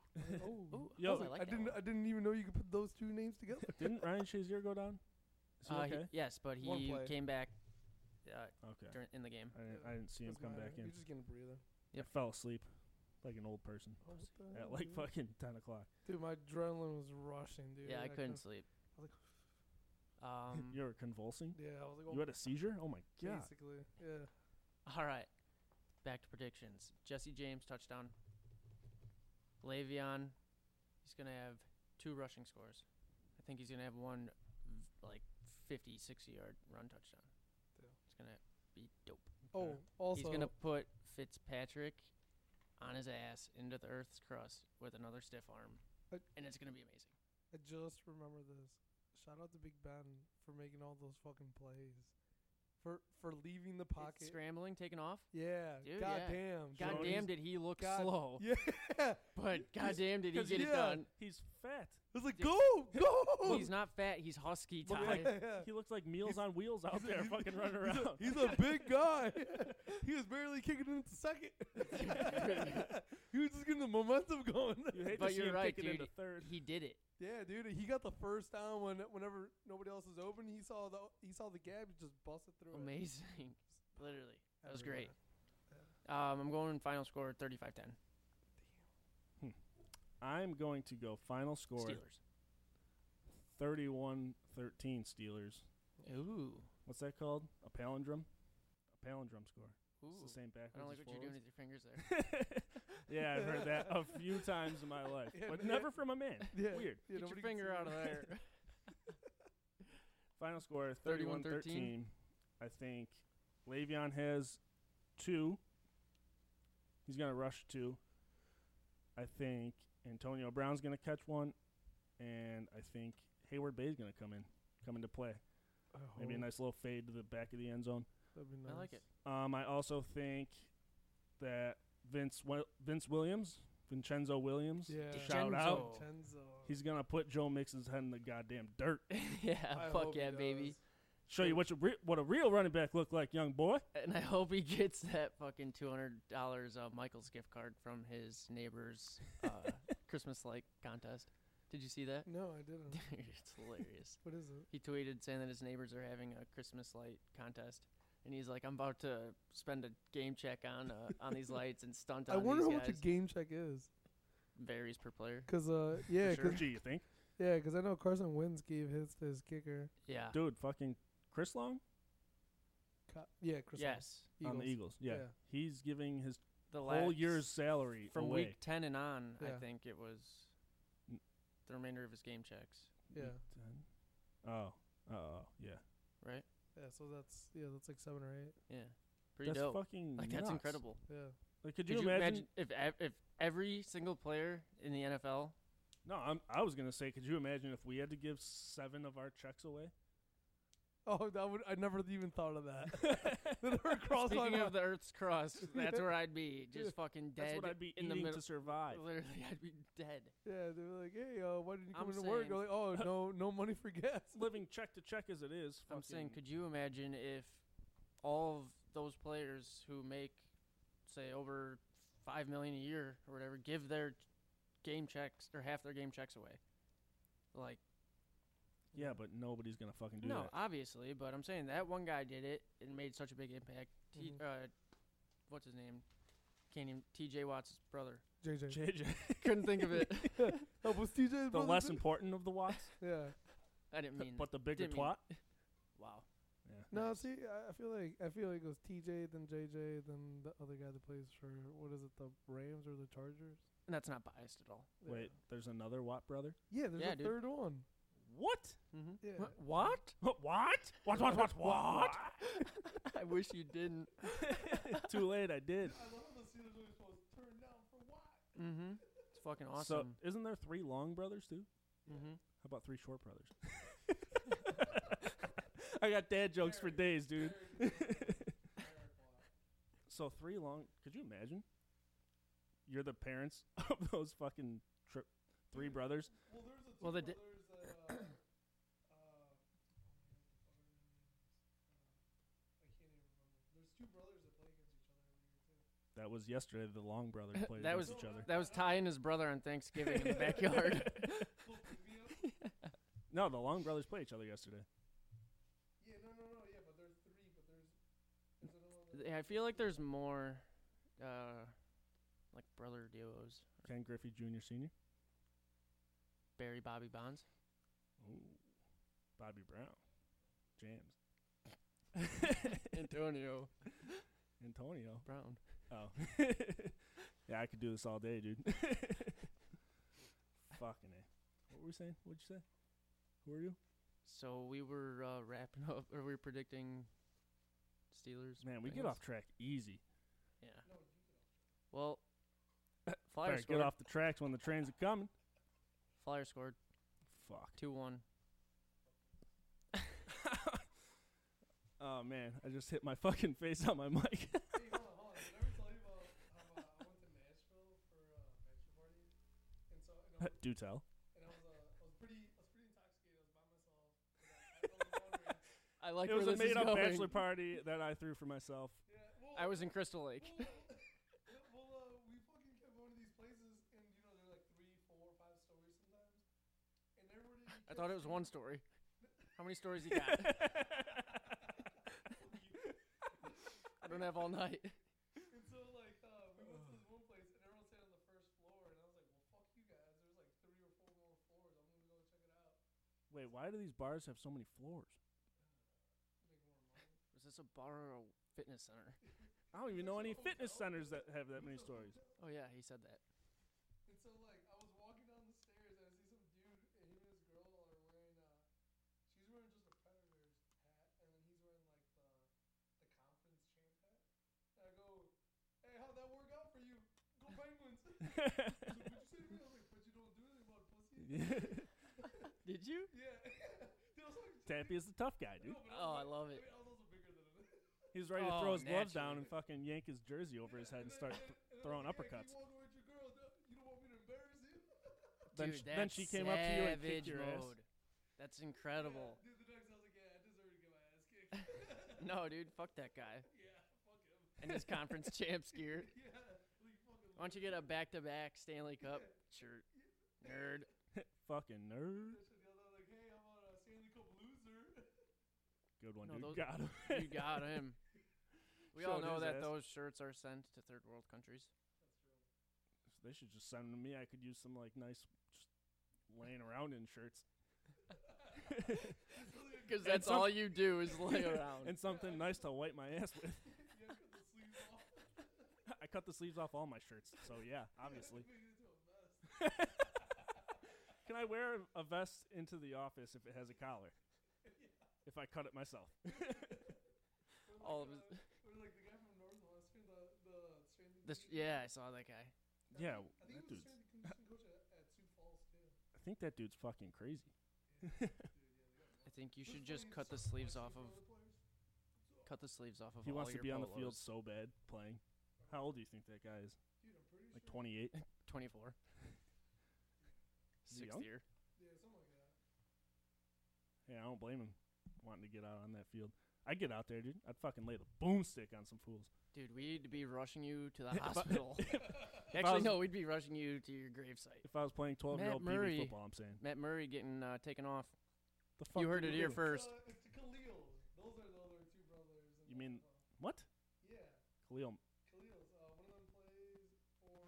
C: oh,
B: Ooh.
A: Yo,
B: oh, I, like that
C: didn't,
B: one.
C: I didn't even know you could put those two names together.
A: Didn't Ryan Shazier go down? Is he
B: Uh, he-
A: okay?
B: yes, but
C: One
B: he
C: play.
B: came back uh,
A: okay.
B: during, in the game.
A: I didn't, I didn't see him
C: Doesn't
A: come
C: matter.
A: back in.
C: You're just getting a breather.
B: Yep.
A: I fell asleep like an old person
C: Oh, what the
A: at
C: hell,
A: like
C: dude?
A: fucking 10 o'clock.
C: Dude, my adrenaline was rushing, dude.
B: yeah, I couldn't
C: couldn't-
B: sleep.
C: I was
B: Um,
A: You were convulsing?
C: Yeah, I was like, oh,
A: You had a seizure? Oh my God.
C: basically, yeah.
B: all right, back to predictions. Jesse James touchdown. Le'Veon, he's gonna have two rushing scores. I think he's gonna have one v- like 50, 60 yard run touchdown.
C: Yeah.
B: It's gonna be dope.
C: Oh, also,
B: he's gonna put Fitzpatrick on his ass into the Earth's crust with another stiff arm,
C: But-
B: and it's gonna be amazing.
C: I just remember this. Shout out to Big Ben for making all those fucking plays, for for leaving the pocket.
B: Scrambling, taking off.
C: Yeah,
B: Dude,
C: god
B: yeah.
C: damn.
A: Jones.
B: God damn, did he look
C: God-
B: slow?
C: Yeah, it
B: But god damn, did he
C: 'cause
B: get
C: yeah.
B: it done?
A: He's fat.
C: was like,
B: Dude,
C: go, go.
B: He's not fat. He's husky.
A: Look
B: Ty.
A: like-
C: Yeah.
A: He looks like Meals
C: He's-
A: on Wheels out
C: he's a-
A: there
C: he's-
A: fucking running
C: He's a-
A: around.
C: He's a, big guy. he was barely kicking it into second. he was just getting the momentum going.
A: You hate
B: But
A: to see
B: you're
A: him
B: right,
A: kicking into
B: dude.
A: third.
B: he did it.
C: Yeah, dude, he got the first down when whenever nobody else was open. He saw the he saw the gap. He just busted through it.
B: Amazing. Literally, that was
C: Everywhere.
B: great. Um, I'm going final score 35-10.
A: I'm going to go final score
B: Steelers.
A: 31 13 Steelers.
B: Ooh.
A: What's that called? A palindrome? A palindrome score. It's
B: Ooh.
A: the same backwards.
B: I don't like
A: as
B: what you're doing
A: forwards.
B: with your fingers there.
A: yeah, I've heard that a few times in my life,
C: Yeah,
A: but
C: man.
A: never from a man.
C: Yeah.
A: Weird.
C: Yeah,
B: Get
C: nobody
B: your
C: can
B: finger
C: see
B: out of
C: it.
B: there.
A: Final score 31
B: 31-13.
A: 13. I think Le'Veon has two. He's going to rush two. I think Antonio Brown's going to catch one. And I think Hayward Bay's going to come in, come into play. Maybe a nice little fade to the back of the end zone.
C: Oh, That'd be
B: I like it.
A: Um, I also think that Vince Wil Vince Williams, Vincenzo Williams,
C: Yeah.
A: Shout out.
C: Vincenzo.
A: he's gonna put Joe Mixon's head in the goddamn dirt.
B: yeah,
C: I
B: Oh, fuck
C: hope he
B: yeah, baby.
C: does.
A: Show you what a re- what a real running back looked like, young boy.
B: And I hope he gets that fucking two hundred dollars uh, Michael's gift card from his neighbor's uh, Christmas like contest. Did you see that?
C: No, I didn't.
B: Dude, it's hilarious.
C: What is it?
B: He tweeted saying that his neighbors are having a Christmas light contest, and he's like, "I'm about to spend a game check on uh, on these lights and stunt on
C: I wonder
B: these
C: how
B: guys."
C: much a game check is.
B: Varies per player.
C: Cause uh, yeah,
B: sure.
C: cause,
A: Gee, you think,
C: yeah, 'cause I know Carson Wentz gave hits to his kicker.
B: Yeah,
A: dude? Fucking Chris Long.
C: Co- yeah, Chris. Hall.
B: yes,
A: on the
C: Eagles.
A: Eagles. Yeah.
C: Yeah.
A: he's giving his
B: the
A: whole
B: last-
A: year's salary
B: from
A: away.
B: week ten and on.
C: Yeah.
B: I think it was
A: N-
B: the remainder of his game checks,
C: Yeah.
A: Week 10? Oh, oh, oh, yeah.
B: right?
C: Yeah, so that's yeah, that's like seven or eight.
B: Yeah, pretty
A: that's
B: dope.
A: fucking
B: Like that's
A: nuts.
B: incredible.
C: Yeah.
A: Like, could,
B: Could
A: you, imagine?
B: if ev- if every single player in the NFL?
A: No, I'm, I was gonna say, could you imagine if we had to give seven of our checks away?
C: Oh, that would I never even thought of that. They were across my
B: Speaking of
C: mind.
B: the Earth's crust, that's where I'd be, just fucking dead
A: That's what I'd be
B: in the
A: eating
B: middle.
A: to survive.
B: Literally, I'd be dead.
C: yeah, they were like, "Hey, uh, why didn't you come
B: I'm
C: into work?" I'm
B: saying-
C: like, "Oh, no, no money for gas."
A: Living check to check as it is.
B: I'm saying,
A: fucking-
B: could you imagine if all of those players who make, say, over five million a year or whatever, give their game checks or half their game checks away? Like,
A: yeah, but nobody's gonna fucking do
B: no,
A: that.
B: obviously, but I'm saying that one guy did it and made such a big impact. T-
C: Mhm.
B: uh, what's his name? Can't even. T.J. Watt's brother.
C: JJ,
A: JJ,
B: Couldn't think of it.
C: oh, was TJ 's
A: the
C: brother
A: less
C: too?
A: important of the Watts,
C: Yeah.
B: I didn't mean.
A: but the bigger
B: didn't mean-
A: twat.
B: wow.
A: Yeah.
C: No, see, I I feel like I feel like it was TJ, then JJ, then the other guy that plays for what is it, the Rams or the Chargers?
B: And that's not biased at all.
C: Yeah.
A: Wait, there's another Watt brother.
C: Yeah, there's
B: Yeah,
C: a
B: dude.
C: third one.
A: What?
B: Mm-hmm.
C: Yeah.
B: What?
A: What? What? What? What? What?
B: I wish you didn't.
A: Too late. I did.
C: I love the Steelers always supposed to turn down for what?
B: Mm-hmm. It's fucking awesome.
A: So, isn't there three long brothers too?
B: mm-hmm.
A: How about three short brothers? I got dad jokes for days, dude. so three long. Could you imagine? You're the parents of those fucking trip three brothers.
C: Well, there's a
B: Well,
C: two
B: they di-
C: brothers that, uh, uh, I can't even remember. There's two brothers that play against each other every year, too.
A: That was yesterday. The long brothers played
B: That
A: against
B: was-
A: each other.
B: That was Ty and his brother on Thanksgiving in the backyard.
C: Little trivia.
A: No, the long brothers played each other yesterday.
C: yeah, no, no, no, yeah, but there's three, but there's, there's another one.
B: Yeah, I feel like there's more, uh, like brother duos.
A: Ken Griffey Jr. Senior.
B: Barry Bobby Bonds.
A: Ooh. Bobby Brown. James.
B: Antonio
A: Antonio.
B: Brown.
A: Oh. yeah, I could do this all day, dude. Fucking A. What were we saying? What'd you say? Who are you?
B: So we were uh, wrapping up, or we were predicting Steelers.
A: Man, we get
B: Bengals.
A: off track easy.
B: Yeah. Well, Flyers
A: Better
B: scored.
A: get off the tracks when the trains are coming.
B: Flyers scored
A: Fuck.
B: two one.
A: Oh, man. I just hit my fucking face on my mic.
C: Hey, hold on, hold on. Did I ever tell you about how uh, I went to Nashville for a uh, bachelor party? And so, and I was,
A: do tell.
C: and I was, uh, I was pretty, I was pretty intoxicated. I was by myself. And
B: I
C: I, I was wondering.
B: like
A: it was
B: where
A: a
B: this is
A: made up
B: going.
A: bachelor party that I threw for myself.
C: Yeah, well,
B: I was in Crystal Lake.
C: Well, well, uh, we fucking kept going to these places, and you know they're like three, four, five stories sometimes. And everybody.
B: I
C: kept
B: thought it was one
C: saying-
B: story. How many stories you got? I don't have all night.
C: And so like uh, we went to this one place, and everyone stayed on the first floor, and I was like, well, fuck you guys. There's like three or four more floors. I'm gonna go check it out.
A: Wait, why do these bars have so many floors?
C: Make more money.
B: Was this a bar or a fitness center?
A: I don't even know any fitness centers that have that many stories.
B: Oh yeah, he said that.
C: And so like I was walking down the stairs, and I see some dude, and him and his girl are wearing. Uh, she's wearing just a predator's hat, and then he's wearing like the the conference champ hat. And I go, hey, how'd that work out for you? Go Penguins. She's like, What'd you say to me? I was like, but you don't do anything about it, pussy.
B: Did you?
C: Yeah. Dude, I was like,
A: Tappy is the tough guy, dude.
C: No, but
B: Oh, I
C: was like-
B: love it.
C: I mean, I was also bigger than him.
A: He was ready to
B: Oh,
A: throw his gloves down
B: naturally.
A: and fucking yank his jersey over his head and start.
C: then- and then I
A: throwing
C: was like,
A: uppercuts.
C: Hey, can you walk away with your girl? No, You don't want me to embarrass you?
A: Then,
B: Dude,
A: sh- then
B: that's
A: she came up to you and kicked
B: savage
A: your ass.
B: mode. That's incredible.
C: Yeah, dude, the next day I was like, yeah, I deserve to get my ass kicked.
B: No, dude, fuck that guy
C: yeah, fuck him.
B: and his conference champs gear.
C: Yeah, like, fucking.
B: Why don't you get a back-to-back Stanley Cup shirt, nerd?
A: Fucking nerd.
C: That shit the other like, hey, I'm on a Stanley Cup loser.
A: Good one,
B: No,
A: dude.
B: those-
A: Got him.
B: You got him. We all
A: Showed
B: know
A: his
B: that
A: ass.
B: those shirts are sent to third world countries.
A: They should just send them to me. I could use some like nice, just laying around in shirts.
C: That's really a
B: because
A: And
B: that's
A: some-
B: all you do is lay around.
A: and something nice to wipe my ass with. I cut the sleeves off all my shirts, so yeah, obviously. Can I wear a- a vest into the office if it has a collar? If I cut it myself,
B: all of his-
C: uh, like the guy from North Alaska, the the
B: this,
C: strength
B: yeah, I saw that guy.
A: yeah,
C: I
A: that
C: think he was
A: dude's.
C: strength and conditioning coach at, at Sioux Falls too.
A: I think that dude's fucking crazy.
B: I think you should just cut the sleeves off of cut the sleeves off of.
A: He
B: all
A: wants to
B: your
A: be on the field
B: polos.
A: so bad playing. How old do you think that guy is?
C: Dude, I'm pretty
A: Like
C: sure.
A: 28.
B: Twenty-four.
A: Is he
B: Sixth
A: young?
B: year.
C: Yeah, something like that.
A: Yeah, I don't blame him wanting to get out on that field. I get out there, dude. I'd fucking lay the boomstick on some fools.
B: Dude, we need to be rushing you to
A: If
B: the
A: I-
B: hospital.
A: I
B: Actually,
A: was-
B: no, we'd be rushing you to your gravesite.
A: If I was playing 12 year old
B: Matt Murray-
A: BB football, I'm saying.
B: Matt Murray getting uh, taken off.
A: The fuck
B: you heard
A: did
B: it
A: we
B: here
A: do?
B: first.
C: Uh, it's the Khalil. Those are the other two brothers. in
A: You
C: the
A: mean-
C: NFL.
A: What?
C: Yeah,
A: Khalil.
C: Khalil's. Uh, one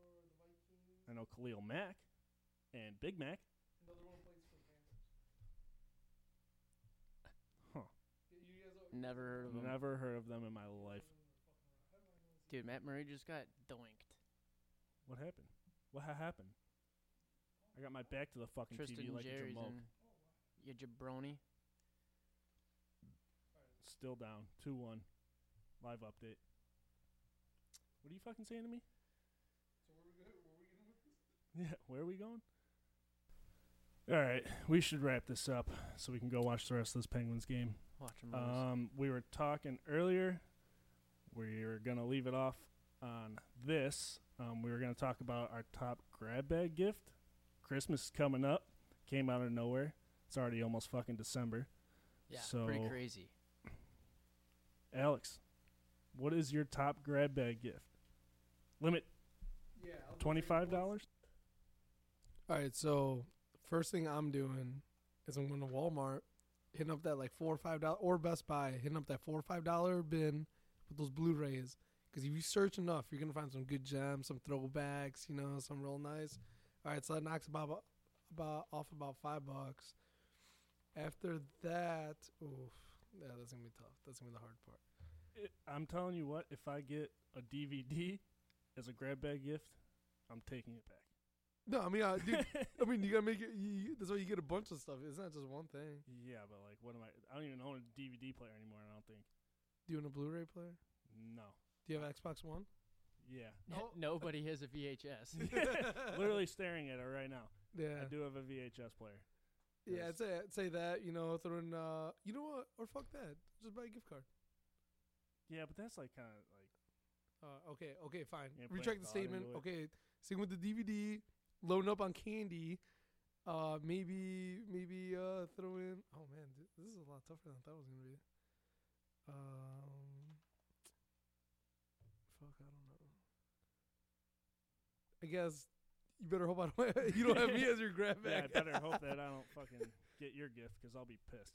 C: of them plays for the
A: I
C: Vikings.
A: know Khalil Mack and Big Mac.
C: Another one plays for the Panthers.
A: Huh.
C: Yeah, you guys are-
B: Never heard of him.
A: Never heard of them in my life.
B: Dude, Matt Murray just got doinked.
A: What happened? What ha- happened? I got my back to the fucking
B: Tristan
A: TV like
B: Jerry's
A: a jamoke.
B: in. You jabroni.
A: Still down. 2 1. Live update. What are you fucking saying to me?
C: So where we go? Where we going with this?
A: Yeah, where are we going? All right, we should wrap this up so we can go watch the rest of this Penguins game.
B: Watch him. lose.
A: Um, we were talking earlier. We are going to leave it off on this. Um, we were going to talk about our top grab bag gift. Christmas is coming up. Came out of nowhere. It's already almost fucking December.
B: yeah, pretty
A: so-
B: crazy.
A: Alex, what is your top grab bag gift? Limit
C: Yeah. I'll just tell you
A: $25?
C: what's- All right, so first thing I'm doing is I'm going to Walmart, hitting up that like four or five dollar or Best Buy, hitting up that four or five dollar bin with those Blu-rays. Because if you search enough, you're gonna find some good gems, some throwbacks, you know, some real nice. All right, so that knocks about about off about five bucks. After that, oof, yeah, that's gonna be tough. That's gonna be the hard part.
A: It, I'm telling you what, if I get a DVD as a grab bag gift, I'm taking it back.
C: No, I mean, uh, dude, I mean, you gotta make it. You, you- that's why you get a bunch of stuff. It's not just one thing.
A: Yeah, but like, what am I? I don't even own a DVD player anymore. I don't think.
C: Do you want a Blu-ray player?
A: No.
C: Do you have Xbox One?
A: Yeah.
C: No.
B: Nobody has a VHS.
A: Literally staring at it right now.
C: Yeah.
A: I do have a VHS player. Yes.
C: Yeah, I'd say, I'd say that, you know, throw in, uh, you know what? Or fuck that. Just buy a gift card.
A: Yeah, but that's like kind of like
C: Uh, okay, okay, fine.
A: Yeah, put
C: Retract the
A: thought
C: statement.
A: into it.
C: Okay, same with the DVD. Load up on candy. Uh, maybe, maybe, uh, throw in. Oh, man, th- this is a lot tougher than I thought it was going to be. Um, fuck, I don't know. I guess you better hope I don't, you don't have me as your grab
A: yeah. I
C: bag.
A: better hope that I don't fucking get your gift because I'll be pissed.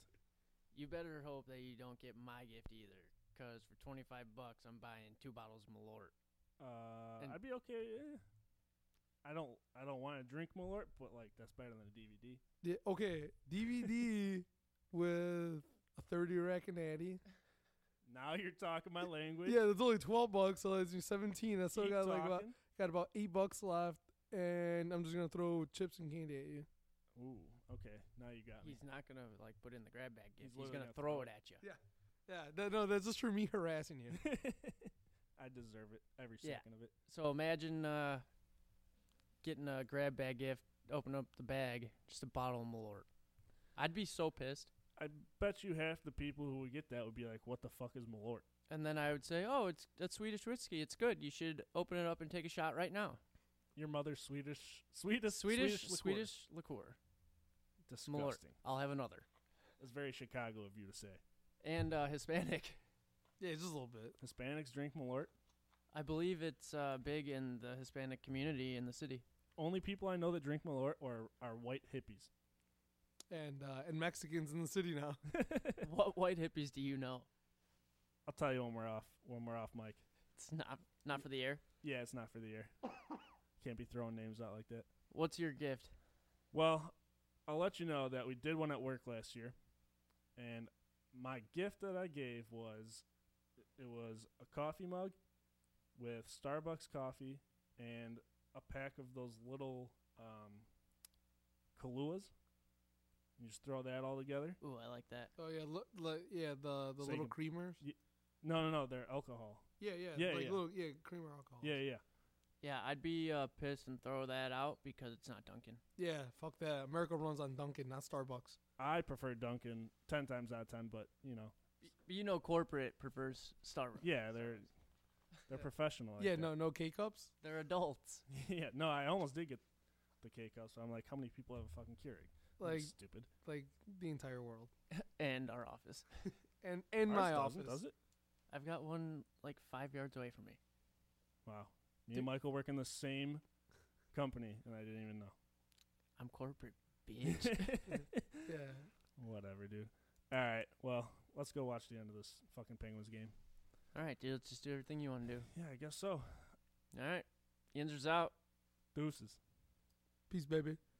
B: you better hope that you don't get my gift either, 'cause for 25 bucks, I'm buying two bottles of Malort.
A: Uh,
B: And-
A: I'd be okay. eh. I don't. I don't want to drink Malort, but like that's better than a DVD.
C: Yeah, okay, DVD with a 30 rack and natty.
A: Now you're talking my language.
C: Yeah, that's only 12 bucks, so that's your 17. I still
A: Keep
C: got like about,
A: talking.
C: got about 8 bucks left, and I'm just going to throw chips and candy at you.
A: Ooh. Okay. Now you got me.
B: He's not gonna like put it in the grab bag
A: He's
B: gift. He's,
A: literally
B: gonna
A: gonna
B: throw
A: throw
B: it at you.
C: Yeah, that, no, that's just for me harassing you.
A: I deserve it every
B: Yeah.
A: second of it.
B: So imagine uh, getting a grab bag gift, open up the bag, just a bottle of Malort. I'd be so pissed,
A: I bet you half the people who would get that would be like, "What the fuck is Malort?"
B: and then I would say, "Oh, it's that's Swedish whiskey. It's good. You should open it up and take a shot right now."
A: Your mother's Swedish, Swedish,
B: Swedish
A: liqueur.
B: Swedish liqueur.
A: disgusting.
B: Malort. I'll have another.
A: That's very Chicago of you to say.
B: And uh, Hispanic.
C: Yeah, just a little bit.
A: Hispanics drink Malort.
B: I believe it's uh, big in the Hispanic community in the city.
A: Only people I know that drink Malort are, are white hippies.
C: And uh, and Mexicans in the city now.
B: what white hippies do you know?
A: I'll tell you when we're off. When we're off, Mike.
B: It's not not for the air.
A: Yeah, it's not for the air. Can't be throwing names out like that.
B: What's your gift?
A: Well, I'll let you know that we did one at work last year. And my gift that I gave was it was a coffee mug with Starbucks coffee and a pack of those little um, Kaluas. You just throw that all together.
B: Ooh, I like that.
C: Oh yeah, look, yeah, the the
A: So you
C: little
A: can-
C: creamers.
A: No, no, no, they're alcohol.
C: Yeah, yeah,
A: Yeah,
C: like
A: yeah.
C: little yeah creamer alcohol.
A: Yeah, yeah.
B: Yeah, I'd be uh, pissed and throw that out because it's not Dunkin'.
C: yeah. Fuck that. America runs on Dunkin', not Starbucks.
A: I prefer Dunkin' ten times out of ten, but you know,
B: Y- You know, corporate prefers Starbucks.
A: yeah, they're they're professional. like
C: yeah,
A: that.
C: no, no K cups.
B: they're adults.
A: yeah, no. I almost did get the cake out, so I'm like, how many people have a fucking Keurig? That's
C: Like
A: stupid.
C: like the entire world.
B: And our office.
C: And and
A: Ours
C: my
A: doesn't,
C: office.
A: does it?
B: I've got one like five yards away from me.
A: Wow. Me
C: Dude.
A: and Michael work in the same company, and I didn't even know.
B: I'm corporate, bitch.
C: Yeah.
A: Whatever, dude. All right, well, let's go watch the end of this fucking Penguins game.
B: All right, dude. Let's just do everything you want to do.
A: Yeah, I guess so.
B: All right. Yinzer's out.
A: Deuces.
C: Peace, baby.